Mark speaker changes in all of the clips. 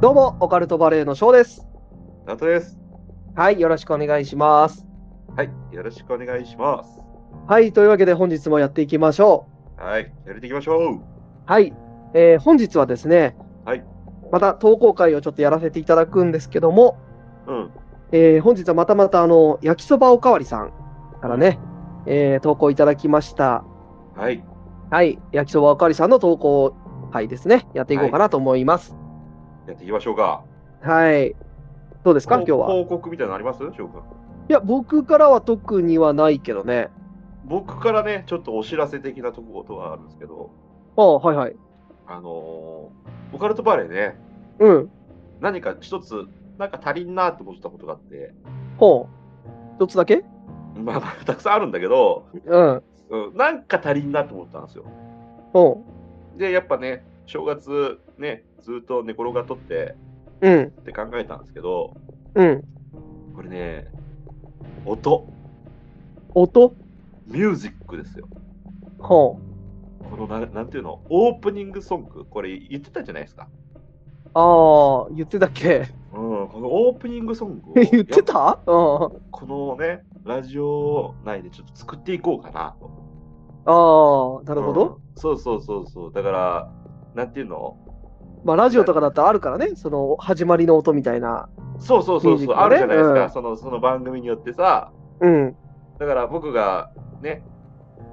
Speaker 1: どうも、オカルトバレーの翔です。
Speaker 2: ナトです。
Speaker 1: はい、よろしくお願いします。
Speaker 2: はい、よろしくお願いします。
Speaker 1: はい、というわけで本日もやっていきましょ
Speaker 2: はい、やれていきましょう。
Speaker 1: う。はい、えー本日はですね、
Speaker 2: はい、
Speaker 1: また投稿会をちょっとやらせていただくんですけども、
Speaker 2: うん、
Speaker 1: えー本日はまたまたあの焼きそばおかわりさんからね、えー投稿いただきました。
Speaker 2: はい、
Speaker 1: はい、焼きそばおかわりさんの投稿会ですね、やっていこうかなと思います。
Speaker 2: やっていきましょうか。
Speaker 1: はい、どうですか、今日は。
Speaker 2: 報告みたいなのあります翔くん。
Speaker 1: いや、僕からは特にはないけどね。
Speaker 2: 僕からね、ちょっとお知らせ的なとことがあるんですけど、
Speaker 1: ああ、はいはい。
Speaker 2: あのー、オカルトバレーね、
Speaker 1: うん、
Speaker 2: 何か一つ、なんか足りんなって思ったことがあって、
Speaker 1: ほう。一つだけ
Speaker 2: まあ、たくさんあるんだけど、
Speaker 1: うん、
Speaker 2: うん、なんか足りんなって思ったんですよ。
Speaker 1: ほう。
Speaker 2: で、やっぱね、正月ね、ずっと寝転がっとって
Speaker 1: うん、
Speaker 2: って考えたんですけど、
Speaker 1: うん。
Speaker 2: これね、音、
Speaker 1: 音
Speaker 2: ミュージックですよ。
Speaker 1: ほう。
Speaker 2: このな、なんていうの、オープニングソング、これ言ってたじゃないですか。
Speaker 1: ああ、言ってたっけ
Speaker 2: うん、このオープニングソング を
Speaker 1: 言って
Speaker 2: や
Speaker 1: たうん。
Speaker 2: このね、ラジオ内でちょっと作っていこうかなと。
Speaker 1: ああ、なるほど。
Speaker 2: うんそうそうそうそう。だから、なんていうの
Speaker 1: まあ、ラジオとかだったらあるからね、その、始まりの音みたいな。
Speaker 2: そうそうそう
Speaker 1: ミュージッ
Speaker 2: そう、
Speaker 1: クね
Speaker 2: あるじゃないですか、
Speaker 1: うん
Speaker 2: その、その番組によってさ。
Speaker 1: うん、
Speaker 2: だから僕がね、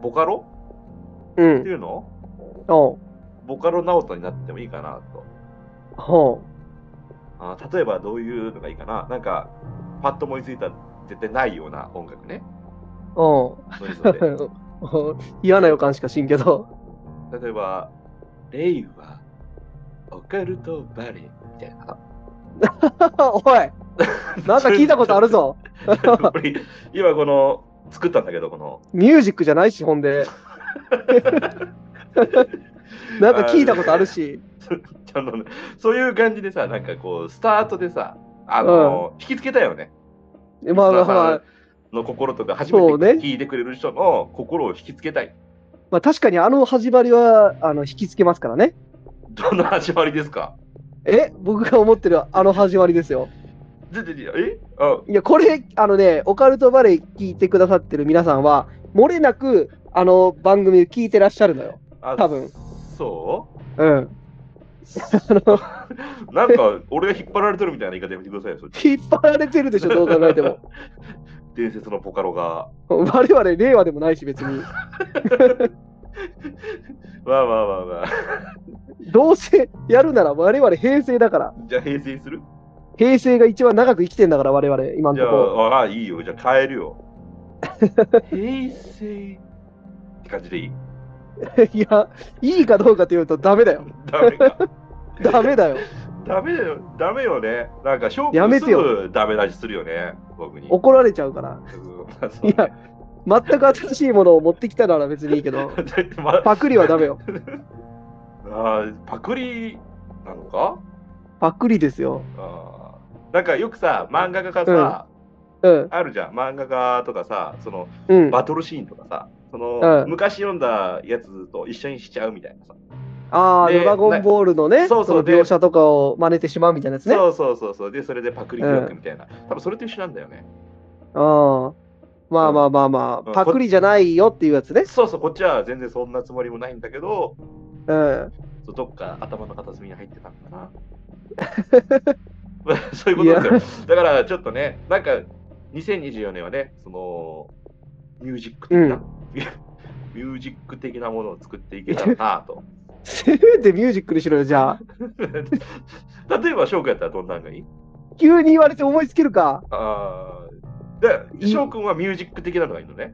Speaker 2: ボカロ
Speaker 1: う
Speaker 2: って
Speaker 1: ん。
Speaker 2: いうの
Speaker 1: ほ
Speaker 2: ボカロナオトになってもいいかなと。
Speaker 1: う。ほ
Speaker 2: あー例えばどういうのがいいかななんか、パッと思いついた絶対ないような音楽ね。
Speaker 1: う。うん。
Speaker 2: そういうの で
Speaker 1: 嫌な予感しかしんけど。
Speaker 2: 例えば、レイはオカルトバレーみた いな。
Speaker 1: おいなんか聞いたことある。ぞ。
Speaker 2: 今この作ったんだけど、この。
Speaker 1: ミュージックじゃないし、ほんで。なんか聞いたことあるし。
Speaker 2: ちゃんとねそういう感じでさ、なんかこう、スタートでさ、あの、引きつけたよね。
Speaker 1: まあまあまあ、
Speaker 2: の心とか初めて
Speaker 1: そうね
Speaker 2: 聞いてくれる人の心を引きつけたい。
Speaker 1: まあ確かにあの始まりは、あの、引きつけますからね。
Speaker 2: どんな始まりですか
Speaker 1: え僕が思ってるあの始まりですよ。
Speaker 2: でででえあ
Speaker 1: いや、これ、あのね、オカルトバレー聞いてくださってる皆さんは、漏れなく、あの番組聞いてらっしゃるのよ。
Speaker 2: あ
Speaker 1: 多分
Speaker 2: そ
Speaker 1: うん。
Speaker 2: うなんか俺が引っ張られてるみたいな言い方やめてくださいよ。そっち
Speaker 1: 引っ張られてるでしょ、どう考えても。
Speaker 2: 伝説のポカロが。
Speaker 1: 我々、令和でもないし、別に。
Speaker 2: わあわあわあわあ。
Speaker 1: どうせやるなら、我々、平成だから。
Speaker 2: じゃあ平成にする
Speaker 1: 平成が一番長く生きてんだから、我々、今の
Speaker 2: じゃ
Speaker 1: ところ。
Speaker 2: あ、ああ、いいよ。じゃあ変える よ。平成って感じでいい。
Speaker 1: いや、いいかどうかというと、ダメだよ。
Speaker 2: ダメか。
Speaker 1: ダメだよ。
Speaker 2: ダメだよ。ダメよね。なんか、翔
Speaker 1: や
Speaker 2: く
Speaker 1: め
Speaker 2: んす
Speaker 1: てよ
Speaker 2: ぐダメ出しするよね。僕に。
Speaker 1: 怒られちゃうから。
Speaker 2: うんまあ そう
Speaker 1: いや、全く新しいものを持ってきたなら別にいいけど、
Speaker 2: ま
Speaker 1: パクリはダメよ。
Speaker 2: あーパクリなのか
Speaker 1: パクリですよ。
Speaker 2: あーなんかよくさ、漫画家がさ、
Speaker 1: うん、
Speaker 2: あるじゃん。漫画家とかさ、その
Speaker 1: うん。
Speaker 2: バトルシーンとかさ、その、
Speaker 1: うん
Speaker 2: 昔読んだやつと一緒にしちゃうみたいなさ。
Speaker 1: ああ、
Speaker 2: で
Speaker 1: ドラゴンボールのね、
Speaker 2: なそうそう
Speaker 1: の
Speaker 2: で
Speaker 1: 描写とかを真似てしまうみたいなやつね。あ
Speaker 2: そうそうそうそう。で、それでパクリ疑惑みたいな。多分それと一緒なんだよね。
Speaker 1: あまあまあまあま
Speaker 2: う
Speaker 1: あ、
Speaker 2: ん
Speaker 1: パクリじゃないよっていうやつね。
Speaker 2: そうそう、こっちは全然そんなつもりもないんだけど、
Speaker 1: うん。
Speaker 2: そうどっか頭の片隅に入ってたんだな。 そういうことですよ。だからちょっとね、なんか2024年はね、そのミュージック的な、
Speaker 1: うん
Speaker 2: ミュージック的なものを作っていけたらなと。
Speaker 1: せめてミュージックにしろよ、じゃあ。
Speaker 2: 例えば翔くんやったらどんなんがいい
Speaker 1: 急に言われて思いつけるか。
Speaker 2: あーで、
Speaker 1: いい
Speaker 2: 翔くんはミュージック的なのがいいのね。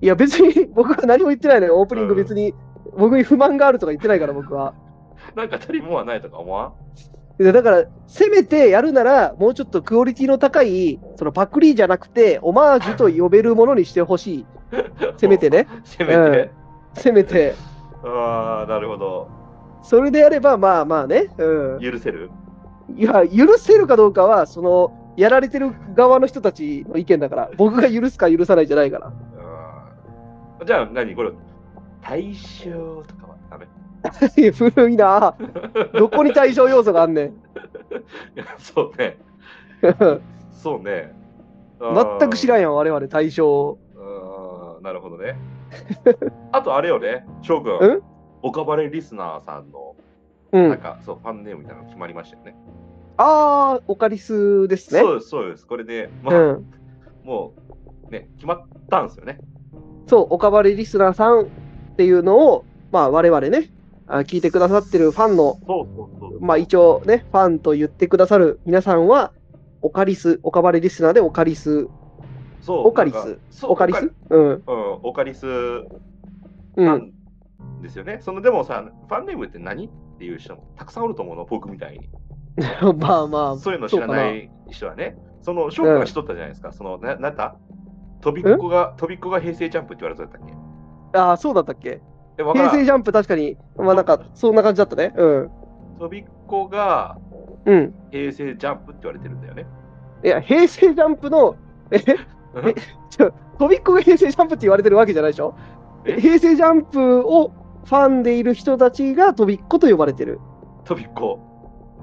Speaker 1: いや、別に 僕は何も言ってないのよ。オープニング別に、僕に不満があるとか言ってないから、僕は。
Speaker 2: なんか足りんもんはないとか思わん
Speaker 1: でだから、せめてやるなら、もうちょっとクオリティの高い、そのパクリじゃなくて、オマージュと呼べるものにしてほしい。せめて。ね。
Speaker 2: せめて。
Speaker 1: せめて。
Speaker 2: ああ、なるほど。
Speaker 1: それでやれば、まあまあね。うん。
Speaker 2: 許せる
Speaker 1: いや、許せるかどうかは、その、やられてる側の人たちの意見だ から、僕が許すか許さないじゃないから。
Speaker 2: うんじゃあ何これ対象とかはダメ。
Speaker 1: いや古いな。どこに対象要素があんねん。
Speaker 2: そうね。そうね。
Speaker 1: 全く知らん
Speaker 2: ん。
Speaker 1: やん、我々対象。
Speaker 2: うーんなるほどね。あとあれよね、翔く
Speaker 1: うん
Speaker 2: ん。オカバレリスナーさんの、
Speaker 1: う
Speaker 2: なん
Speaker 1: ん。
Speaker 2: か、そう、ファンネームみたいなの決まりましたよね。
Speaker 1: あー、オカリスですね。
Speaker 2: そうです、そうです。これで、まあ、
Speaker 1: うん。
Speaker 2: もう、ね、決まったんですよね。
Speaker 1: そう、オカバリリスナーさんっていうのを、まあ、我々ね、あ聞いてくださってるファンの、
Speaker 2: そうそうそう。
Speaker 1: まあ、一応ね、ファンと言ってくださる皆さんは、オカリス、オカバリリスナーでオカリス、
Speaker 2: そう
Speaker 1: オカリス
Speaker 2: なんかそう
Speaker 1: オカリスうん。
Speaker 2: うん、オカリス
Speaker 1: う。
Speaker 2: なんんですよね。そのでもさ、ファンネームって何っていう人もたくさんおると思うの、僕みたいに。
Speaker 1: まあまあ、
Speaker 2: そういうの知らない人はね。その、翔くんがしとったじゃないですか。その、ななんだ飛びっ子が、飛びっ子が平成ジャンプって言われてたっけ
Speaker 1: ああ、そうだったっけ
Speaker 2: え、わか
Speaker 1: 平
Speaker 2: ら
Speaker 1: 成
Speaker 2: ん。
Speaker 1: ジャンプ確かに、まあなんか、そんな感じだったね。うん。
Speaker 2: 飛びっ子が
Speaker 1: うん。
Speaker 2: 平成ジャンプって言われてるんだよね。
Speaker 1: いや、平成ジャンプの、え、
Speaker 2: うん
Speaker 1: 飛びっこが平成ジャンプって言われてるわけじゃないでしょ
Speaker 2: え
Speaker 1: 平成ジャンプをファンでいる人たちが飛びっこと呼ばれてる。
Speaker 2: 飛びっ子。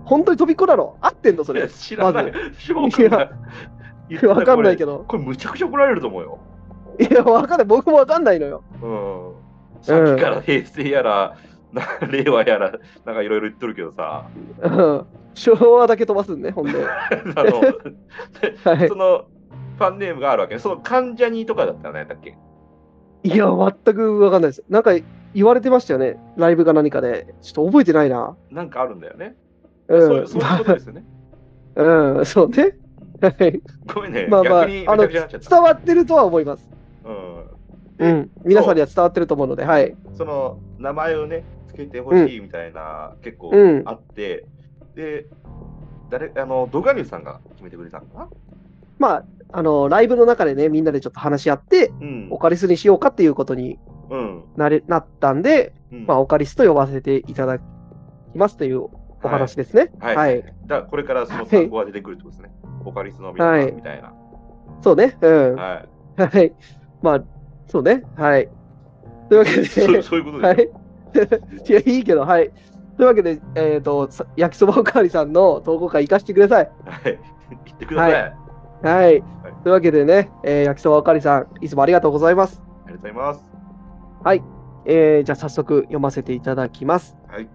Speaker 1: 本当に飛びっこだろ合ってんのそ
Speaker 2: いや
Speaker 1: れ。
Speaker 2: 知らない。翔
Speaker 1: い
Speaker 2: くん
Speaker 1: や
Speaker 2: が言ってた
Speaker 1: わかんないけ
Speaker 2: こ
Speaker 1: ど。
Speaker 2: れこれむちゃくちゃ怒られると思うよ。
Speaker 1: いや、わかんない。僕もわかんないのよ。
Speaker 2: うんさっきから平成やら、な令和やら、なんかいろいろ言っとるけどさ、
Speaker 1: うん。昭和だけ飛ばすんね、ほんで。は
Speaker 2: あの、
Speaker 1: い
Speaker 2: その、ファンネームがあるわけね。その関ジャニとかだったら何だっけ。
Speaker 1: いや、全くわかんないです。なんか言われてましたよね。ライブか何かで。ちょっと覚えてないな。。
Speaker 2: なんかあるんだよね。そううんそういうことですよね。
Speaker 1: うん、そうね。はい。
Speaker 2: ごめんね、
Speaker 1: まあまあ、あ
Speaker 2: 逆にめちゃ
Speaker 1: の、
Speaker 2: くちゃになっちゃった。
Speaker 1: 伝わってるとは思います。
Speaker 2: う、
Speaker 1: うんん。皆さんには伝わってると思うので、はい。
Speaker 2: その名前をね、つけてほしいみたいな、結構
Speaker 1: うん
Speaker 2: あって、で、誰あのドガリュウさんが決めてくれたのかな、
Speaker 1: まあ、あの、ライブの中でね、みんなでちょっと話し合って、
Speaker 2: うん
Speaker 1: オカリスにしようかっていうことに
Speaker 2: うん
Speaker 1: なれなったんで、
Speaker 2: うん
Speaker 1: まあ、オカリスと呼ばせていただきますというお話ですね。
Speaker 2: はい。
Speaker 1: はい
Speaker 2: だからこれからその単語が出てくるってことですね。オカリスの皆さんみたいな。
Speaker 1: そうね。うん。は
Speaker 2: はい。
Speaker 1: い。まあ、そうね。はい。というわけ
Speaker 2: そう
Speaker 1: で、
Speaker 2: そういうこと
Speaker 1: は
Speaker 2: ですよ。
Speaker 1: い。いや、いいけど、はい。というわけで、えっ、と、さ焼きそばおかわりさんの投稿会行かしてください。
Speaker 2: はい。言ってください。
Speaker 1: は
Speaker 2: あ
Speaker 1: はい。というわけでね、えー焼きそばおかわりさん、いつもありがとうございます。
Speaker 2: りがとうございます。
Speaker 1: はい。えーじゃあ早速読ませていただきます。
Speaker 2: はい。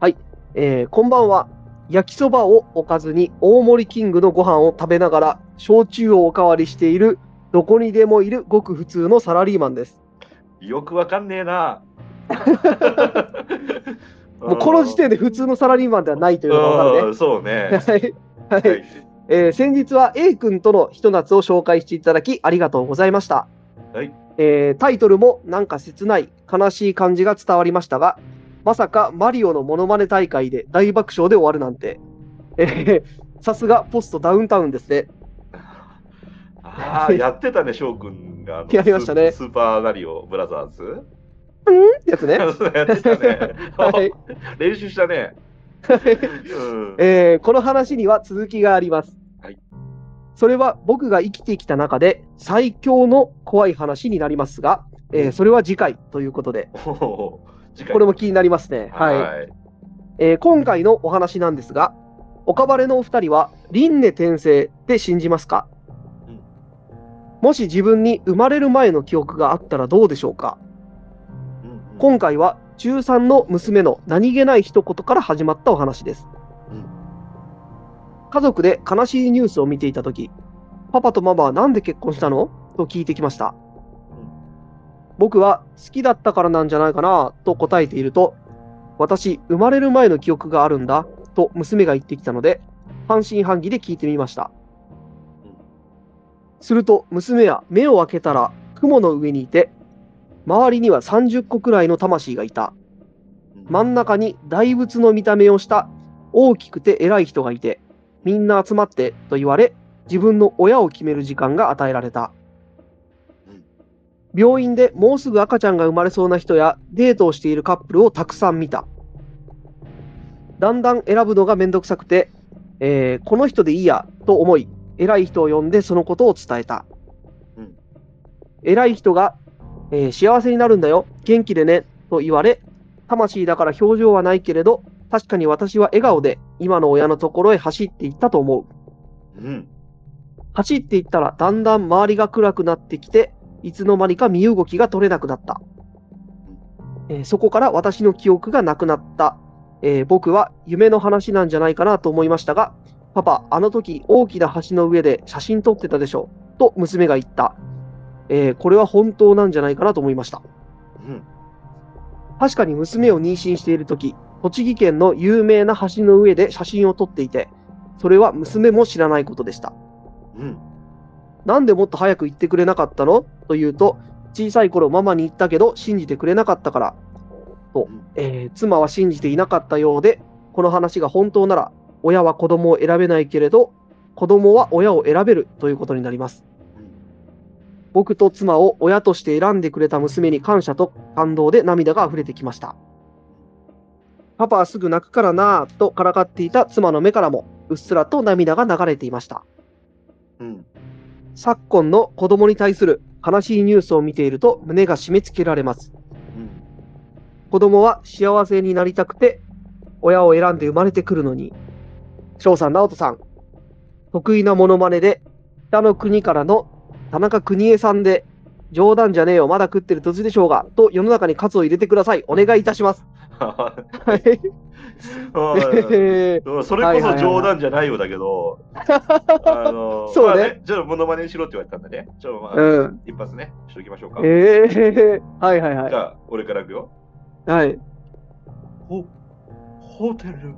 Speaker 1: はい。えーこんばんは。焼きそばをおかずに大盛りキングのご飯を食べながら焼酎をおかわりしているどこにでもいるごく普通のサラリーマンです。
Speaker 2: よくわかんねえな。
Speaker 1: もうこの時点で普通のサラリーマンではないというのが分か
Speaker 2: う
Speaker 1: る
Speaker 2: んそうね
Speaker 1: ね。。はい。
Speaker 2: は
Speaker 1: はい
Speaker 2: い。
Speaker 1: えー先日は A 君とのひと夏を紹介していただきありがとうございました。
Speaker 2: はい
Speaker 1: えータイトルもなんか切ない悲しい感じが伝わりましたがまさかマリオのモノマネ大会で大爆笑で終わるなんて、えーさすがポストダウンタウンですね
Speaker 2: ああ、やってたね、翔くんが。あの
Speaker 1: やりましたね
Speaker 2: スースーパーマリオブラザーズ。
Speaker 1: ってやつね、
Speaker 2: やってたね。
Speaker 1: はい
Speaker 2: 練習したね。うん
Speaker 1: えーこの話には続きがあります、
Speaker 2: はい
Speaker 1: それは僕が生きてきた中で最強の怖い話になりますが、えーそれは次回ということで
Speaker 2: おー次回
Speaker 1: これも気になりますねはい
Speaker 2: はい。
Speaker 1: えー今回のお話なんですが、オカバレのお二人は輪廻転生って信じますか、
Speaker 2: うん
Speaker 1: もし自分に生まれる前の記憶があったらどうでしょうか
Speaker 2: うんうん
Speaker 1: 今回は中3の娘の何気ない一言から始まったお話です、
Speaker 2: うん
Speaker 1: 家族で悲しいニュースを見ていた時パパとママはなんで結婚したのと聞いてきました、
Speaker 2: うん
Speaker 1: 僕は好きだったからなんじゃないかなと答えていると私生まれる前の記憶があるんだと娘が言ってきたので半信半疑で聞いてみました、
Speaker 2: うん
Speaker 1: すると娘は目を開けたら雲の上にいて周りには30個くらいの魂がいた。真ん中に大仏の見た目をした大きくて偉い人がいて、みんな集まってと言われ、自分の親を決める時間が与えられた
Speaker 2: うん。
Speaker 1: 病院でもうすぐ赤ちゃんが生まれそうな人やデートをしているカップルをたくさん見た。だんだん選ぶのがめんどくさくて、えーこの人でいいやと思い、偉い人を呼んでそのことを伝えた。
Speaker 2: うん
Speaker 1: 偉い人が、えー幸せになるんだよ、元気でねと言われ、魂だから表情はないけれど、確かに私は笑顔で今の親のところへ走っていったと思う。
Speaker 2: うん。
Speaker 1: 走っていったらだんだん周りが暗くなってきて、いつの間にか身動きが取れなくなった。えーそこから私の記憶がなくなった、えー僕は夢の話なんじゃないかなと思いましたが、パパ、あの時大きな橋の上で写真撮ってたでしょと娘が言った、えーこれは本当なんじゃないかなと思いました。
Speaker 2: うん。
Speaker 1: 確かに娘を妊娠しているとき、栃木県の有名な橋の上で写真を撮っていて、それは娘も知らないことでした。
Speaker 2: うん。
Speaker 1: なんでもっと早く言ってくれなかったのと言うと、小さい頃ママに言ったけど信じてくれなかったから。と
Speaker 2: うん、
Speaker 1: えー妻は信じていなかったようで、この話が本当なら、親は子供を選べないけれど、子供は親を選べるということになります
Speaker 2: うん。
Speaker 1: 僕と妻を親として選んでくれた娘に感謝と感動で涙が溢れてきました。パパはすぐ泣くからなぁとからかっていた妻の目からも、うっすらと涙が流れていました。
Speaker 2: うん。
Speaker 1: 昨今の子供に対する悲しいニュースを見ていると胸が締め付けられます。
Speaker 2: うん。
Speaker 1: 子供は幸せになりたくて、親を選んで生まれてくるのに。翔さん、直人さん、得意なモノマネで、北の国からの田中邦衛さんで、冗談じゃねえよ、まだ食ってる途中でしょうが、と世の中に喝を入れてください。お願いいたします。はい。
Speaker 2: うんそれこそ冗談じゃないようだけど、あの
Speaker 1: そうね
Speaker 2: まあじゃあ、モノマネしろって言われたんだね。ちょ、まあ、
Speaker 1: うん。
Speaker 2: 一発ね、しときましょうか。
Speaker 1: ええはいはいは
Speaker 2: じゃあ、俺からいくよ。
Speaker 1: い。はい。
Speaker 2: ほ、ホテル。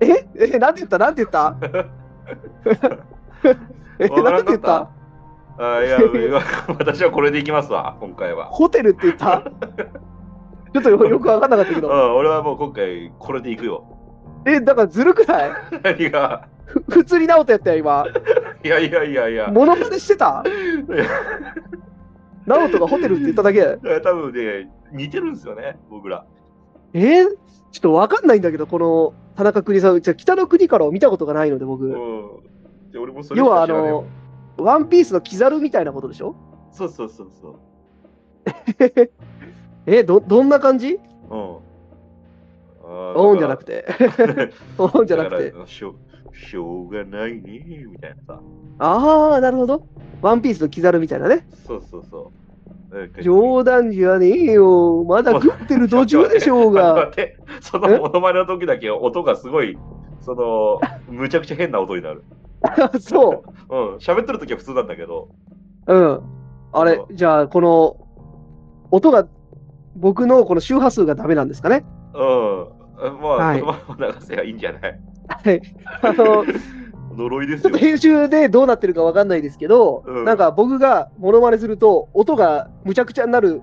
Speaker 1: ええ、なんて言ったなんて言った え、
Speaker 2: わから
Speaker 1: なんて
Speaker 2: んか
Speaker 1: 言った
Speaker 2: ったあ いや、私はこれでいきますわ、今回は。
Speaker 1: ホテルって言ったちょっとよよく分かんなかったけ
Speaker 2: うん、
Speaker 1: ど。
Speaker 2: 俺はもう今回、これでいくよ。
Speaker 1: え、だからずるくない
Speaker 2: 何が
Speaker 1: ふ普通に直人やったよ、今。
Speaker 2: いやいやいやいや。
Speaker 1: モノマネしてた
Speaker 2: いや
Speaker 1: 直人がホテルって言っただけ。
Speaker 2: 多分ね、似てるんですよね、僕ら。
Speaker 1: えーちょっと分かんないんだけど、この田中邦衛さん、じゃあ北の国からを見たことがないので、
Speaker 2: う
Speaker 1: 僕。
Speaker 2: ん。で俺もそれし
Speaker 1: 要は、
Speaker 2: か
Speaker 1: あ
Speaker 2: 知らねえよ
Speaker 1: の、ワンピースのキザルみたいなことでしょ
Speaker 2: そうそうそうそう。
Speaker 1: え、ど、どんな感じ
Speaker 2: うん。あー
Speaker 1: オンじゃなく
Speaker 2: て。
Speaker 1: て。
Speaker 2: だから
Speaker 1: オンじゃなくて。。
Speaker 2: だからしょしょうがないね、みたいなさ。
Speaker 1: あー、なるほど。ワンピースのキザルみたいなね。
Speaker 2: そうそうそう。なんか
Speaker 1: 冗談じゃねえよ。まだ食ってる途中でしょ うが。
Speaker 2: 待ってその
Speaker 1: え
Speaker 2: モノマネの時だけ音がすごい、その、むちゃくちゃ変な音になる。
Speaker 1: そう。
Speaker 2: うん、喋ってる時は普通なんだけど、
Speaker 1: うん。あれ
Speaker 2: そ、
Speaker 1: じゃあ、この、音が、僕のこの周波数がダメなんですか ね
Speaker 2: うん、まあ、
Speaker 1: はい
Speaker 2: このまま流せばいいんじゃない
Speaker 1: あの、ち
Speaker 2: 呪いです
Speaker 1: ょっ
Speaker 2: よ
Speaker 1: と。編集でどうなってるかわかんないですけど、
Speaker 2: うん
Speaker 1: なんか僕がモノマネすると、音がむちゃくちゃになる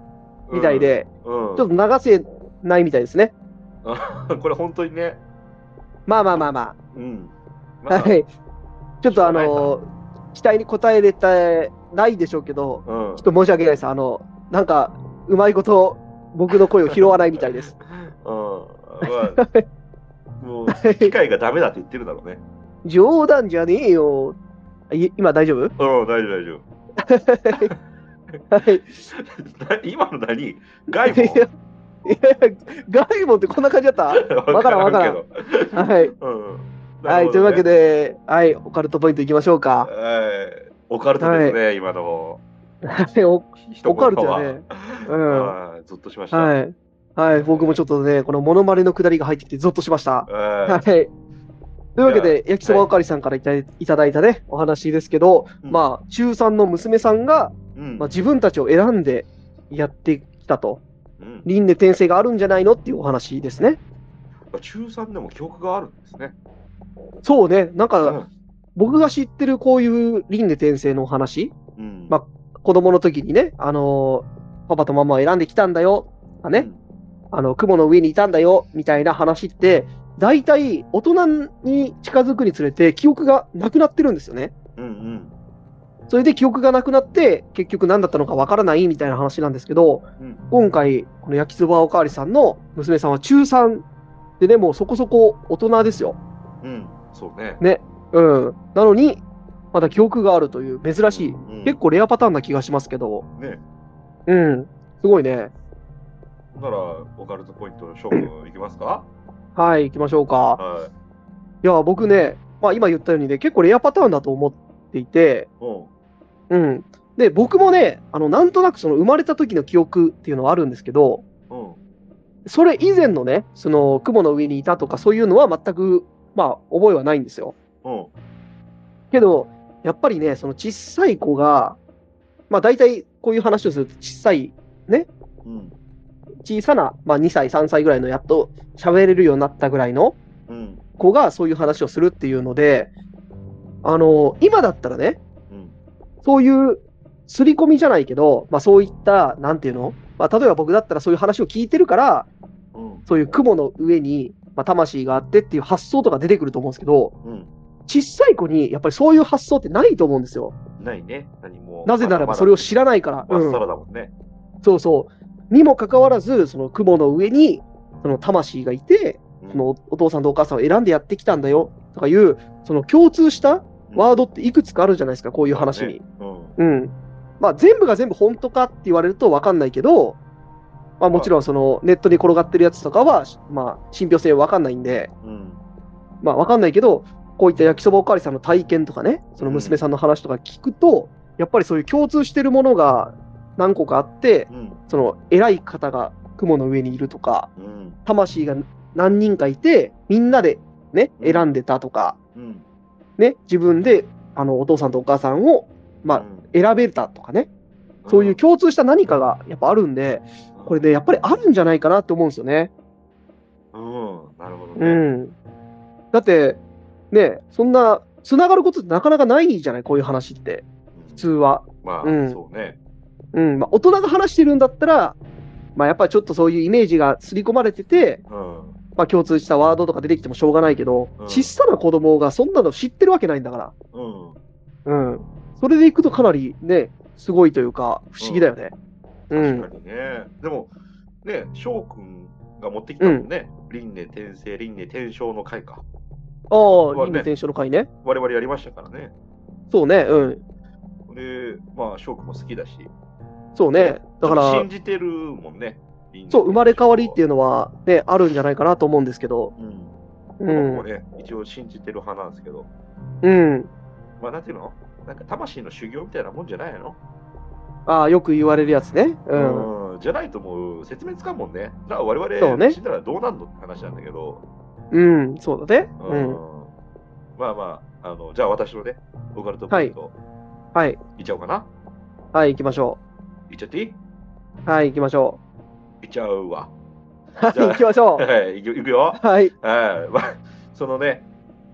Speaker 1: みたいで、
Speaker 2: うん、うん、
Speaker 1: ちょっと流せないみたいですね。
Speaker 2: これ本当にね、
Speaker 1: まあまあまあま
Speaker 2: うん。ま
Speaker 1: あ。
Speaker 2: あ
Speaker 1: はい。ちょっとあ
Speaker 2: しょ
Speaker 1: の、期待に応えれてないでしょうけど、
Speaker 2: うん
Speaker 1: ちょっと申し訳ないです。あの、なんか、うまいこと、僕の声を拾わないみたいです。
Speaker 2: うんまあ、もう機械がダメだって言ってるだろうね。
Speaker 1: 冗談じゃねえよ。い今大丈夫
Speaker 2: うん、大丈夫、
Speaker 1: はい。
Speaker 2: 大丈夫。 今の何外部
Speaker 1: いやいや、ガイモンってこんな感じだった
Speaker 2: わ
Speaker 1: からんわからん
Speaker 2: けど。
Speaker 1: はい。
Speaker 2: うん
Speaker 1: はい、というわけ。
Speaker 2: なる
Speaker 1: で、はい、オカルトポイントいきましょう
Speaker 2: ほ
Speaker 1: か。
Speaker 2: どねはいオカルトですね、今の。
Speaker 1: はいお
Speaker 2: 一言
Speaker 1: オ
Speaker 2: は
Speaker 1: カルトやね。うん。は
Speaker 2: はいずっとしました。はい
Speaker 1: い。はい、僕もちょっとね、このモノマネのくだりが入ってきてゾッとしました。はい。というわけで、焼きそばおかわりさんからいただいいただいたね、お話ですけど、
Speaker 2: うん
Speaker 1: まあ、中3の娘さんが、
Speaker 2: うん
Speaker 1: まあ、自分たちを選んでやってきたと。
Speaker 2: うん
Speaker 1: 輪廻転生があるんじゃないのっていうお話ですね。
Speaker 2: 中3でも記憶があるんですね。
Speaker 1: そうね、なん
Speaker 2: う
Speaker 1: か、
Speaker 2: ん
Speaker 1: 僕が知ってるこういう輪廻転生のお話、
Speaker 2: うん
Speaker 1: ま子供の時にね、あのーパパとママを選んできたんだよ、とかね、あの、雲の上にいたんだよ、みたいな話って、大体、大人に近づくにつれて、記憶がなくなってるんですよね。
Speaker 2: うんうん
Speaker 1: それで記憶がなくなって、結局何だったのかわからないみたいな話なんですけど、
Speaker 2: うん
Speaker 1: 今回、この焼きそばおかわりさんの娘さんは中3でね、もうそこそこ大人ですよ。
Speaker 2: うんうんそうね。
Speaker 1: うん。なのに、まだ記憶があるという珍しい、
Speaker 2: うん
Speaker 1: 結構レアパターンな気がしますけど、
Speaker 2: ね。
Speaker 1: うん、すごいね。
Speaker 2: なら、オカルトポイントの勝負いきますか
Speaker 1: はい、行きましょうか。
Speaker 2: はい。
Speaker 1: いや、僕ね、まあ、今言ったようにね、結構レアパターンだと思っていて、
Speaker 2: うん。
Speaker 1: うん。で、僕もね、あの、なんとなくその生まれた時の記憶っていうのはあるんですけど、
Speaker 2: うん。
Speaker 1: それ以前のね、その雲の上にいたとかそういうのは全く、まあ、覚えはないんですよ。
Speaker 2: うん。
Speaker 1: けど、やっぱりね、その小さい子が、まあ大体こういう話をすると、小さい、
Speaker 2: うん。
Speaker 1: 小さな、まあ2歳、3歳ぐらいのやっと喋れるようになったぐらいの
Speaker 2: うん。
Speaker 1: 子がそういう話をするっていうので、あの、今だったらね、
Speaker 2: うん。
Speaker 1: そういう刷り込みじゃないけど、まあそういった、なんていうのまあ例えば僕だったらそういう話を聞いてるから、
Speaker 2: うん。
Speaker 1: そういう雲の上に、まあ、魂があってっていう発想とか出てくると思うんですけど、
Speaker 2: うん。
Speaker 1: 小さい子にやっぱりそういう発想ってないと思うんですよ。
Speaker 2: ないね。何も。
Speaker 1: なぜならばそれを知らないから。
Speaker 2: まだ
Speaker 1: うん
Speaker 2: まだ真っさらだもんね。
Speaker 1: そうそう。にもかかわらず、その雲の上に、その魂がいて、
Speaker 2: うん
Speaker 1: そのお父さんとお母さんを選んでやってきたんだよとかいう、その共通したワードっていくつかあるじゃないですか、こういう話に。
Speaker 2: う
Speaker 1: う
Speaker 2: ん。
Speaker 1: ん。まあ、全部が全部本当かって言われると分かんないけど、まあ、もちろんそのネットに転がってるやつとかは、まあ、信憑性分かんないんで、
Speaker 2: うん。
Speaker 1: まあ、分かんないけど、こういった焼きそばおかわりさんの体験とかね、その娘さんの話とか聞くと、やっぱりそういう共通してるものが何個かあって、
Speaker 2: うん。
Speaker 1: その偉い方が雲の上にいるとか、
Speaker 2: うん。
Speaker 1: 魂が何人かいて、みんなでね、
Speaker 2: うん
Speaker 1: 選んでたとか、
Speaker 2: うん。
Speaker 1: ね、自分であのお父さんとお母さんを、まあ、選べたとかね、
Speaker 2: あ
Speaker 1: そういう共通した何かがやっぱあるんで、これ
Speaker 2: で。
Speaker 1: ね、やっぱりあるんじゃないかなって思うんですよね。
Speaker 2: うん。なるほど
Speaker 1: う
Speaker 2: ね。
Speaker 1: ん。だって、ね、そんな、つながることってなかなかないじゃない、こういう話って、
Speaker 2: 普
Speaker 1: 普通。は。
Speaker 2: まあ、
Speaker 1: うん
Speaker 2: そうね。
Speaker 1: うん。まあ、大人が話してるんだったら、まあ、やっぱりちょっとそういうイメージが刷り込まれてて、
Speaker 2: うん。
Speaker 1: まあ、共通したワードとか出てきてもしょうがないけど、
Speaker 2: うん
Speaker 1: 小さな子供がそんなの知ってるわけないんだか
Speaker 2: うん。
Speaker 1: ら、うん、それでいくとかなりね、すごいというか、不思議だよね。うん。
Speaker 2: 確かにね。でも、ね、翔くんが持ってきたもんね。輪廻転生、輪廻転生の会
Speaker 1: ああ、
Speaker 2: か。ね
Speaker 1: 輪廻転生の会ね。
Speaker 2: 我々やりましたからね。
Speaker 1: そうね、うん。
Speaker 2: で、まあ、翔くんも好きだし。
Speaker 1: そうね。だか
Speaker 2: ちょっと
Speaker 1: ら
Speaker 2: 信、じてるもんね。。
Speaker 1: そう、生まれ変わりっていううのは、ね、あるんじゃないかなと思うんですけど、
Speaker 2: うん。
Speaker 1: う
Speaker 2: 僕も
Speaker 1: ん。
Speaker 2: ね、一応信じてる派なんですけど。
Speaker 1: うん。
Speaker 2: まあ、なんていうのなんか魂の修行みたいなもんじゃないの
Speaker 1: ああ、よく言われるやつね。うん。
Speaker 2: うんじゃないともう説明つかんもんね。だから我
Speaker 1: そう
Speaker 2: 々
Speaker 1: ね
Speaker 2: 死んだらどうなんのって話なんだけど。
Speaker 1: うん、そうだね。
Speaker 2: う
Speaker 1: うん。
Speaker 2: んまあまあ、あのじゃあ私のね、オカルトポイント、
Speaker 1: はい。
Speaker 2: いっちゃおうかな。
Speaker 1: はい、行きましょ。
Speaker 2: いっちゃっていいう
Speaker 1: はい、行きましょ
Speaker 2: いっちゃうわ。
Speaker 1: う。はい、
Speaker 2: じゃあ
Speaker 1: 行きましょう。
Speaker 2: はい、いくいくよ。
Speaker 1: はい。
Speaker 2: はい、まあ、そのね、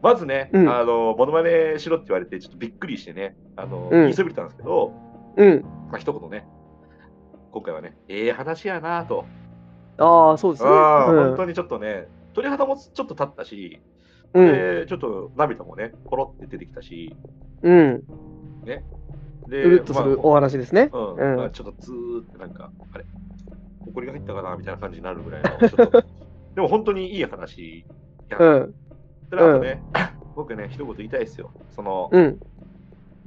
Speaker 2: まずね、
Speaker 1: うん
Speaker 2: あの、モノマネしろって言われて、ちょっとびっくりしてね、あの、
Speaker 1: うん
Speaker 2: 言いそびれたんですけど、
Speaker 1: うん。
Speaker 2: まあ、一言ね、今回はね、ええ話やなぁと、
Speaker 1: ああ、そうですね。
Speaker 2: あー
Speaker 1: うん
Speaker 2: 本当にちょっとね、鳥肌もちょっと立ったし、
Speaker 1: うん。
Speaker 2: でちょっと涙もね、ポロって出てきたし、
Speaker 1: うん。
Speaker 2: で、
Speaker 1: うるっとするお話ですね。
Speaker 2: まあうん
Speaker 1: うん
Speaker 2: まあちょっとずーってなんか、あれ、埃が入ったかなみたいな感じになるぐらいの、ちょ っとでも本当にいい話や
Speaker 1: う
Speaker 2: な、
Speaker 1: ん。
Speaker 2: であとね、僕ね、一言言いたいですよ。その、
Speaker 1: うん。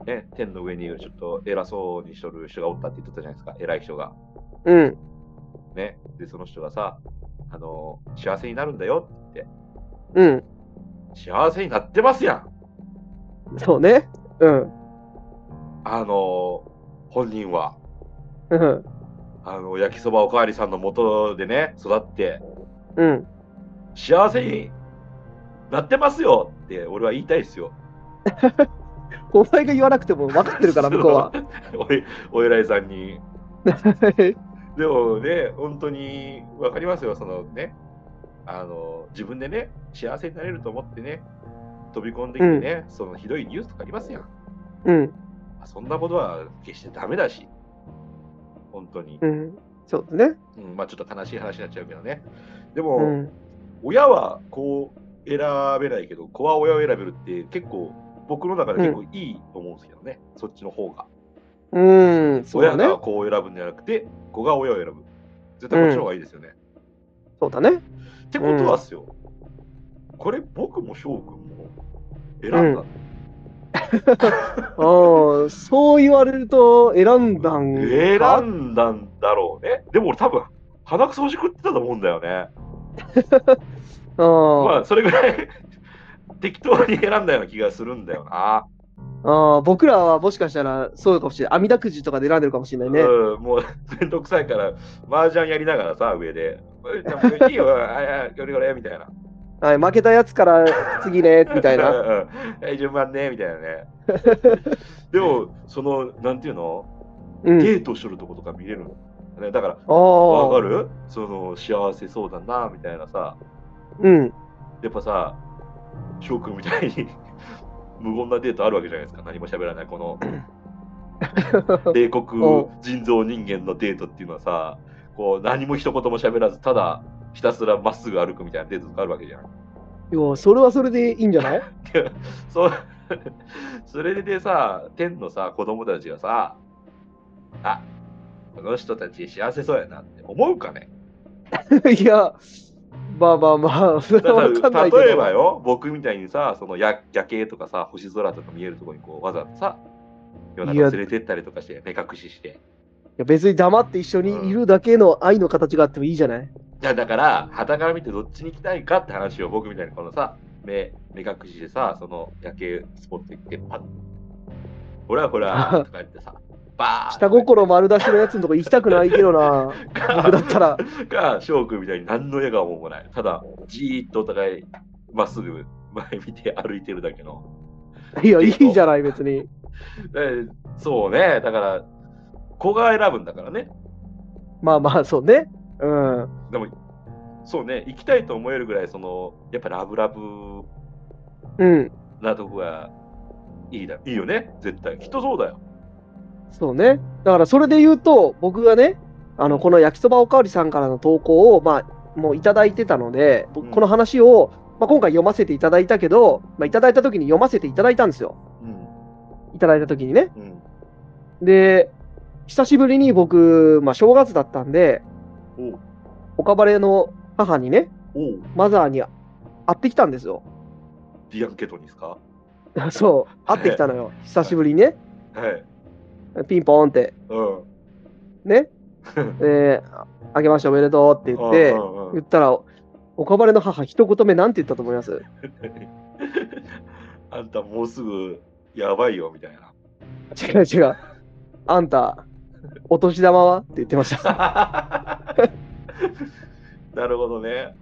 Speaker 2: ね、天の上にいるちょっと偉そうにしとる人がおったって言ってたじゃないですか、偉い人が。
Speaker 1: うん。
Speaker 2: ね、で、その人がさ、あの、幸せになるんだよって
Speaker 1: うん。
Speaker 2: 言って、幸せになってますやん
Speaker 1: そうね。うん。
Speaker 2: あの、本人は、
Speaker 1: うん。
Speaker 2: あの、焼きそばおかわりさんの元でね、育って、
Speaker 1: うん。
Speaker 2: 幸せになってますよって俺は言いたいですよ。
Speaker 1: お前が言わなくても分かってるから、向こうは。
Speaker 2: おい、お偉いさんに。でもね、本当に分かりますよ、そのね、あの自分でね、幸せになれると思ってね、飛び込んできてね、そのひどいニュースとかありますやん。
Speaker 1: うん。
Speaker 2: そんなことは決してダメだし、本当に
Speaker 1: う。ん。そうですね。
Speaker 2: うん、まあちょっと悲しい話になっちゃうけどね。で
Speaker 1: う
Speaker 2: も、
Speaker 1: ん。
Speaker 2: 親はこう選べないけど、子は親を選べるって結構、僕の中で結構いいと思うんですけどね、そっちの方が。
Speaker 1: うん。そう
Speaker 2: 親
Speaker 1: だ
Speaker 2: が
Speaker 1: ね。
Speaker 2: 子を選ぶんじゃなくて、子が親を選ぶ。絶対こっちの方がいいですよね。
Speaker 1: そうだね。
Speaker 2: ってことはっすよ、これ僕も翔くんも選んだ、
Speaker 1: うんあ あ、そう言われると、選んだんか。
Speaker 2: 選んだんだろうね。でも俺多分鼻くそほじくってたと思うんだよね。
Speaker 1: あー、
Speaker 2: まあ、それぐらい 適当に選んだような気がするんだよな。
Speaker 1: あー僕らはもしかしたらそうかもしれない。網だくじとかで選んでるかもしれないね。
Speaker 2: うん、もう、めんどくさいから、麻雀やりながらさ、上で。い いよ、あいやこれこれ、みたいな。
Speaker 1: はい、負けたやつから次ね、みたいな。
Speaker 2: うんうんはい順番ね、みたいな ね。でも、その、なんていうの、
Speaker 1: うん。
Speaker 2: デートしとるとことか見れるの。ね、だから、
Speaker 1: あ
Speaker 2: わか
Speaker 1: あ。
Speaker 2: るその、幸せそうだな、みたいなさ。
Speaker 1: うん。
Speaker 2: やっぱさ、翔くんみたいに 無言なデートあるわけじゃないですか、何も喋らない、この冷酷人造人間のデートっていうのはさ、こう何も一言も喋らず、ただひたすらまっすぐ歩くみたいなデートとかあるわけじゃない。
Speaker 1: いや、それはそれでいいんじゃない
Speaker 2: そう それでさ、天のさ、子供たちがさ、あこの人たち幸せそうやなって思うかね。
Speaker 1: いや、まあまあまあ、それ
Speaker 2: だ
Speaker 1: は
Speaker 2: か
Speaker 1: わかんないけど。
Speaker 2: ら例えばよ、僕みたいにさ、その夜夜景とかさ、星空とか見えるところにこうわざわざさ、夜
Speaker 1: いや
Speaker 2: 中連れてったりとかして、目隠しして。
Speaker 1: いや別に黙って一緒にいるだけの愛の形があってもいいじゃない、
Speaker 2: じゃあだから、旗から見てどっちに行きたいかって話を僕みたいにこのさ、目目隠しでさ、その夜景スポット行って、パッ。ほらほ ら、とか言ってさ、バー
Speaker 1: 下心丸出しのやつのとこ行きたくないけどな僕だったら
Speaker 2: が翔くんみたいに何の笑顔もないただじーっとお互いまっすぐ前見て歩いてるだけの
Speaker 1: いやいいじゃない別に
Speaker 2: えそうねだから子が選ぶんだからね
Speaker 1: まあまあそうねうんあ
Speaker 2: でもそうね行きたいと思えるぐらいそのやっぱラブラブ
Speaker 1: うん
Speaker 2: なとこがいいだいいよね絶対きっとそうだよ
Speaker 1: そうねだからそれで言うと僕がねあのこの焼きそばおかわりさんからの投稿をまあもういただいてたので僕
Speaker 2: うん
Speaker 1: この話を、まあ、今回読ませていただいたけど、まあ、いただいた時に読ませていただいたんですよ
Speaker 2: うん
Speaker 1: いただいた時にね
Speaker 2: うん
Speaker 1: で久しぶりに僕、まあ、正月だったんで
Speaker 2: おう
Speaker 1: 岡晴れの母にね
Speaker 2: おう
Speaker 1: マザーに会ってきたんですよ。
Speaker 2: ディアンケトンですか
Speaker 1: そう、会ってきたの よ。久しぶりにね。
Speaker 2: はい
Speaker 1: ピンポーンって。
Speaker 2: うん
Speaker 1: ね。えー、あげましておめでとうって言って
Speaker 2: う、んうんう
Speaker 1: 言
Speaker 2: ん
Speaker 1: ったら、岡晴れの母、一言目なんて言ったと思います
Speaker 2: あんたもうすぐやばいよみたい な
Speaker 1: 違う違う。あんた、お年玉はって言ってました。
Speaker 2: なるほどね、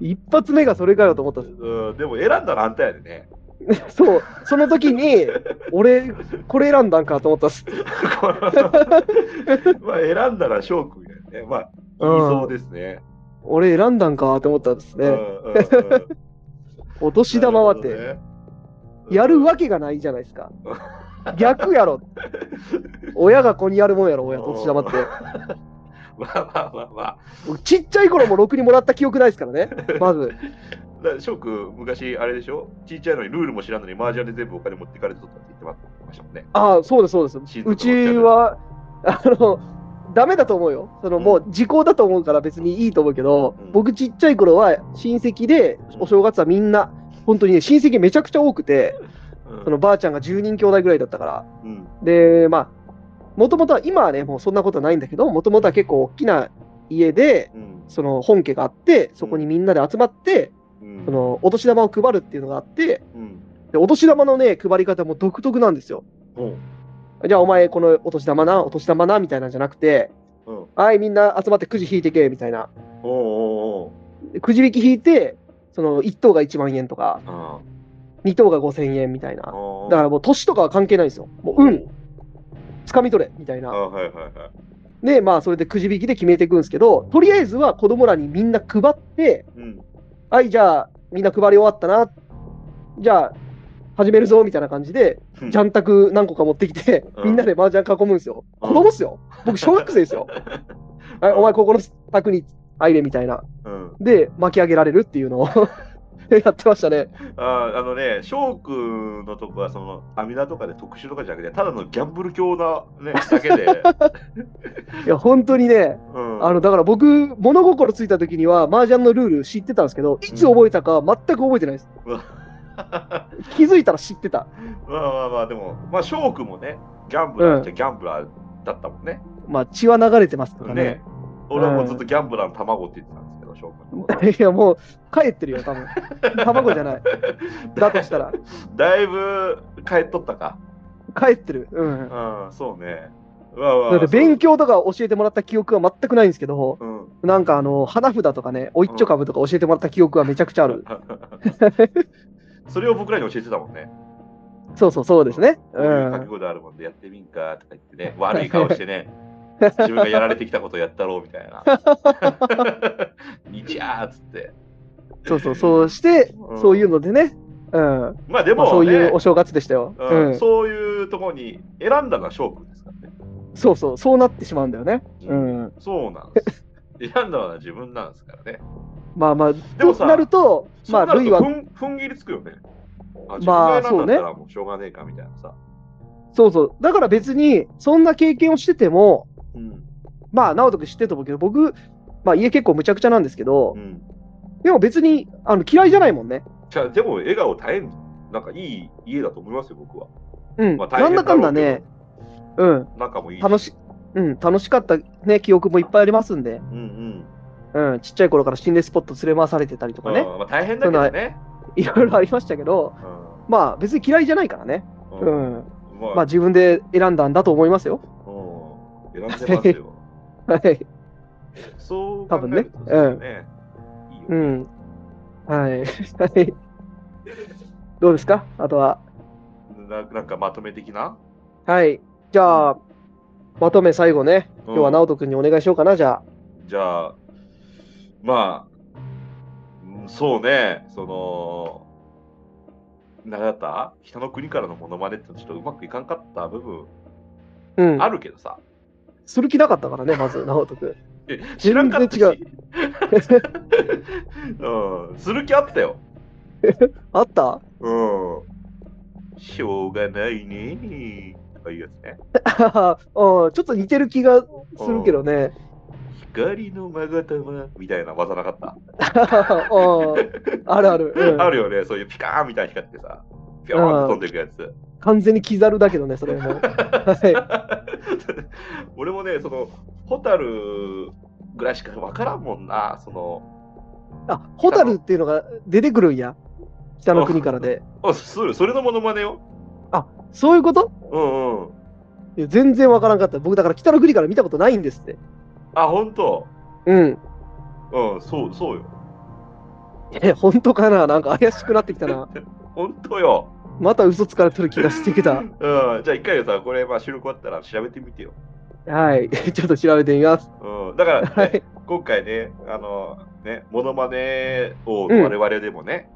Speaker 1: 一発目がそれかよと思ったんで
Speaker 2: うん。でも選んだのあんたやでね。
Speaker 1: す。そう、その時に、俺、これ選んだんかと思ったんです。
Speaker 2: この まあ選んだら翔くんやね。まあ言いそうですね。
Speaker 1: 俺選んだんかと思ったんです
Speaker 2: うん
Speaker 1: ね。
Speaker 2: うん うん
Speaker 1: お年玉はって、
Speaker 2: なるほどね
Speaker 1: やるわけがないじゃないですか。逆やろ。親が子にやるもんやろ、親、
Speaker 2: うん
Speaker 1: お年玉って。
Speaker 2: まあまあまあまあ
Speaker 1: 僕ちっちゃい頃もろくにもらった記憶ないですからね、まず。
Speaker 2: だから翔くん昔あれでしょちっちゃいのにルールも知らんのに麻雀で全部お金持ってかれてとったって言ってましたもんね。
Speaker 1: ああ、そうです、そうです
Speaker 2: 静。岡
Speaker 1: うちは、あの、 ダメだと思うよ。その、
Speaker 2: うん
Speaker 1: もう時効だと思うから別にいいと思うけど、
Speaker 2: うん
Speaker 1: 僕ちっちゃい頃は親戚で、お正月はみんな、本当にね、親戚めちゃくちゃ多くて、
Speaker 2: うん
Speaker 1: そのばあちゃんが10人兄弟ぐらいだったから。
Speaker 2: うん
Speaker 1: で、まあ、もともとは、今はね、もうそんなことはないんだけど、もともとは結構大きな家で、
Speaker 2: うん
Speaker 1: その本家があって、そこにみんなで集まって、
Speaker 2: うん
Speaker 1: そのお年玉を配るっていうのがあって、
Speaker 2: うん
Speaker 1: でお年玉のね、配り方も独特なんですよ。
Speaker 2: うん
Speaker 1: じゃあ、お前、このお年玉な、お年玉な、みたいなんじゃなくて、
Speaker 2: うん
Speaker 1: はい、みんな集まってくじ引いてけ、みたいな。
Speaker 2: おうおうおう
Speaker 1: でくじ引き引いて、その1等が1万円とか、
Speaker 2: あ
Speaker 1: 2等が5000円みたいな。
Speaker 2: あ
Speaker 1: だからもう、年とかは関係ないんですよ。もう、運、掴み取れ、みたい
Speaker 2: あ
Speaker 1: な。
Speaker 2: はいはいはい。
Speaker 1: で、まあ、それでくじ引きで決めていくんですけど、とりあえずは子供らにみんな配って、
Speaker 2: うん。
Speaker 1: はい、じゃあ、みんな配り終わったな。じゃあ、始めるぞ、みたいな感じで、ジャンタク何個か持ってきて、
Speaker 2: うん
Speaker 1: みんなで麻雀囲むんですよ。
Speaker 2: うん
Speaker 1: 子供っすよ。僕、小学生です よ。はい、お前、ここの卓に入れみたいな。
Speaker 2: うん。
Speaker 1: で、巻き上げられるっていうのを やってましたね。
Speaker 2: ああのね、翔くんのとこは、その、アミナとかで特殊とかじゃなくて、ただのギャンブル教な、ね、だけで。
Speaker 1: いや、本当にね、
Speaker 2: うん。
Speaker 1: あの、だから僕、物心ついた時には麻雀のルール知ってたんですけど、いつ覚えたか全く覚えてないです。
Speaker 2: ま
Speaker 1: 気づいたら知ってた。
Speaker 2: あまあまあ、でも、まあ、翔くんもね、ギャンブラーっちゃギャンブラーだったもんね。
Speaker 1: まあ、血は流れてますからね。
Speaker 2: ね。俺はもうずっとギャンブラーの卵って言ってたんですけど、翔くんのこと
Speaker 1: いや、もう帰ってるよ、多分。卵じゃない。 だとしたら、
Speaker 2: だいぶ帰っとったか。
Speaker 1: 帰ってる。うん。
Speaker 2: うん、そうね。うわうわ
Speaker 1: だって勉強とか教えてもらった記憶は全くないんですけど、
Speaker 2: そううん。
Speaker 1: なんかあの、花札とかね、おいっちょ株とか教えてもらった記憶はめちゃくちゃある。
Speaker 2: それを僕らに教えてたもんね。
Speaker 1: そうそうそうですね。
Speaker 2: こう
Speaker 1: う
Speaker 2: いう覚
Speaker 1: ん。
Speaker 2: 悟であるもんでやってみんかとか言ってね、悪い顔し てね、自分がやられてきたことやったろうみたいな。いちゃーっつって。
Speaker 1: そうそう、そうして、
Speaker 2: ん
Speaker 1: そういうのでね、うん。
Speaker 2: まあで
Speaker 1: まあ、
Speaker 2: も、ね
Speaker 1: そういうお正月でしたよ。う
Speaker 2: うん
Speaker 1: ん。
Speaker 2: そういうところに選んだのは翔くんですからね。
Speaker 1: そうそう、そうなってしまうんだよね。うん。
Speaker 2: そうな んです。選んだのは自分なんですからね。
Speaker 1: まあまあ、
Speaker 2: も
Speaker 1: と
Speaker 2: さ
Speaker 1: なると、ま
Speaker 2: そう
Speaker 1: あ、
Speaker 2: なる
Speaker 1: 類
Speaker 2: と
Speaker 1: は
Speaker 2: ふ、ん、ふんぎりつくよね。あ、自分
Speaker 1: まあ
Speaker 2: が選んだったらもうしょうがねえかみたいなさ。
Speaker 1: そうそう。だから別に、そんな経験をしてても、
Speaker 2: うん。
Speaker 1: まあ、直人君知ってると思うけど、僕、まあ、家結構むちゃくちゃなんですけど
Speaker 2: う、ん。
Speaker 1: でも別に、あの、嫌いじゃないもんね。
Speaker 2: じゃあでも笑顔大変、なんかいい家だと思いますよ、僕は。
Speaker 1: うん。
Speaker 2: まあ、
Speaker 1: な
Speaker 2: 大
Speaker 1: ん
Speaker 2: 変
Speaker 1: だかんだね、うん。
Speaker 2: ろうけど。仲もいいし。
Speaker 1: 楽し、うん、楽しかったね、記憶もいっぱいありますんで、
Speaker 2: うんうん。
Speaker 1: うん、ちっちゃい頃から心霊スポット連れ回されてたりとかね、
Speaker 2: うんまあ、大変だけどね。
Speaker 1: いろいろありましたけど、まあ、別に嫌いじゃないからね。
Speaker 2: うん
Speaker 1: う
Speaker 2: うん
Speaker 1: ん。
Speaker 2: ま
Speaker 1: まあ、自分で選んだんだと思いますよ。
Speaker 2: うん、選んでますよ。
Speaker 1: はい。
Speaker 2: そう
Speaker 1: 多
Speaker 2: 考
Speaker 1: 分
Speaker 2: え
Speaker 1: ね
Speaker 2: るとそうね。いいよ
Speaker 1: う
Speaker 2: ね
Speaker 1: ん。はい。はいどうですかあとは。
Speaker 2: ななんかまとめ的な
Speaker 1: はい。じゃあ、まとめ最後ね。今日は直人君にお願いしようかな、じゃあ。
Speaker 2: じゃあ、まあ、うんそうね、その、なんだった北の国からのモノマネってちょっとうまくいかんかった部分
Speaker 1: うん
Speaker 2: あ。るけどさ。
Speaker 1: する気なかった からね、まず、直人君。
Speaker 2: え知らんかったし。
Speaker 1: 全然
Speaker 2: うん、する気あったよ。
Speaker 1: あった
Speaker 2: うん。しょうがないね。とかいうやつね。
Speaker 1: あちょっと似てる気がするけどね。
Speaker 2: 光のまがたまみたいな技なかった。
Speaker 1: うんあるある、うん
Speaker 2: あるよね、そういうピカーンみたいに光ってさ、ピョーンって飛んでいくやつ。
Speaker 1: 完全にキザルだけどね、 それも。は
Speaker 2: 俺もね、その、ホタルぐらいしか分からんもんな、その、
Speaker 1: い、あ、ホタルっていうのが出てくるんや。北の国からで。
Speaker 2: あそれそれのモノマネよ。
Speaker 1: そういうこと
Speaker 2: うんうん。
Speaker 1: いや全然わからんかった。僕、だから北の国から見たことないんですって。
Speaker 2: あ、ほんと。
Speaker 1: うん。
Speaker 2: うん、そう、そうよ。
Speaker 1: え、本当かななんか怪しくなってきたな。
Speaker 2: ほんとよ。
Speaker 1: また嘘つかれてる気がしてきた
Speaker 2: う。ん、じゃあ一回さ、これ、まあ、収録終わったら調べてみてよ。
Speaker 1: はい。 ちょっと調べてみます。
Speaker 2: うん、だから、ね
Speaker 1: はい。
Speaker 2: 今回ね、あの、ね、モノマネを
Speaker 1: うん
Speaker 2: 我々でもね、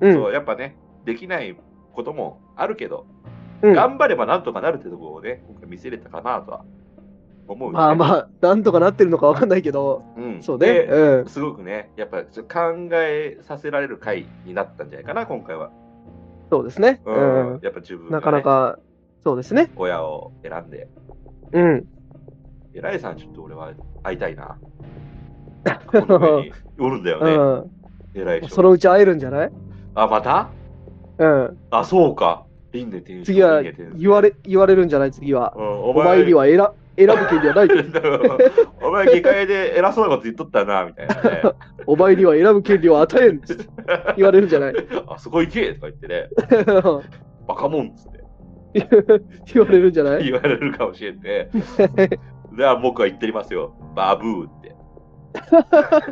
Speaker 1: うん
Speaker 2: そう。やっぱね、できないこともあるけど、
Speaker 1: うん、
Speaker 2: 頑張ればなんとかなるってところをね、今回見せれたかなとは思う、ね。
Speaker 1: まあまあ、なんとかなってるのかわかんないけど、
Speaker 2: うん、
Speaker 1: そうね。
Speaker 2: で
Speaker 1: うん。
Speaker 2: すごくね、やっぱちょっと考えさせられる回になったんじゃないかな、今回は。
Speaker 1: そうですね。
Speaker 2: う
Speaker 1: うん
Speaker 2: ん。。やっぱ自分が、
Speaker 1: な
Speaker 2: ね、
Speaker 1: かなか、そうですね。
Speaker 2: 親を選んで、
Speaker 1: うん。
Speaker 2: 偉いさん、ちょっと俺は会いたい な。この上におるんだ
Speaker 1: う
Speaker 2: よね、
Speaker 1: ん。
Speaker 2: 偉い
Speaker 1: そ
Speaker 2: 人。
Speaker 1: のうち会えるんじゃない
Speaker 2: あ、また
Speaker 1: うん。
Speaker 2: あ、そうか。輪廻転生。
Speaker 1: 次は
Speaker 2: 輪廻転生
Speaker 1: 言われ、言われるんじゃない次は
Speaker 2: う。ん、お
Speaker 1: お前
Speaker 2: 前
Speaker 1: には選選ぶ権利はない。
Speaker 2: お前、 議会で偉そうなこと言っとったな、みたいな ね。
Speaker 1: お前には選ぶ権利を与えん。言われるんじゃない
Speaker 2: あそこ行けとか言ってね、バカもんっつって
Speaker 1: 言われるんじゃない
Speaker 2: 言われるかもしれん ね。で、あ僕は言ってりますよ。バブーって。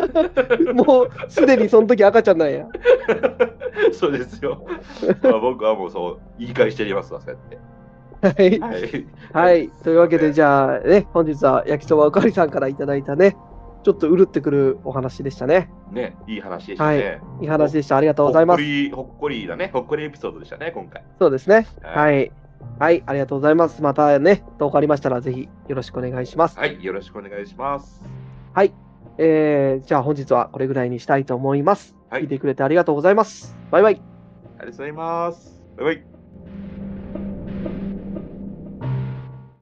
Speaker 1: もうすでにその時赤ちゃんなんや。
Speaker 2: そうですよ。まあ、僕はもうそう、言い返してりますわ、そうやって。
Speaker 1: はい。
Speaker 2: はい。
Speaker 1: はい。というわけで、
Speaker 2: ゃ
Speaker 1: じゃあね、本日は焼きそばおかわりさんからいただいたね、ちょっとうるってくるお話でしたね。
Speaker 2: ね、いい話でしたね。
Speaker 1: いい話でした。ありがとうございま
Speaker 2: ほっこ
Speaker 1: す。
Speaker 2: り、ほっこりだね。ほっこりエピソードでしたね、今回。
Speaker 1: そうですね。
Speaker 2: い。
Speaker 1: はい。はい。ありがとうございます。またね、どうかありましたら、ぜひよろしくお願いします。
Speaker 2: はい、よろしくお願いします。
Speaker 1: えー、じゃあ本日はこれぐらいにしたいと思います。
Speaker 2: はい
Speaker 1: 聞いてくれてありがとうございます。バイバイ。
Speaker 2: ありがとうございます。バイバイ。